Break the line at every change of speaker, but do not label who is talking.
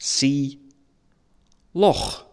See. Loch.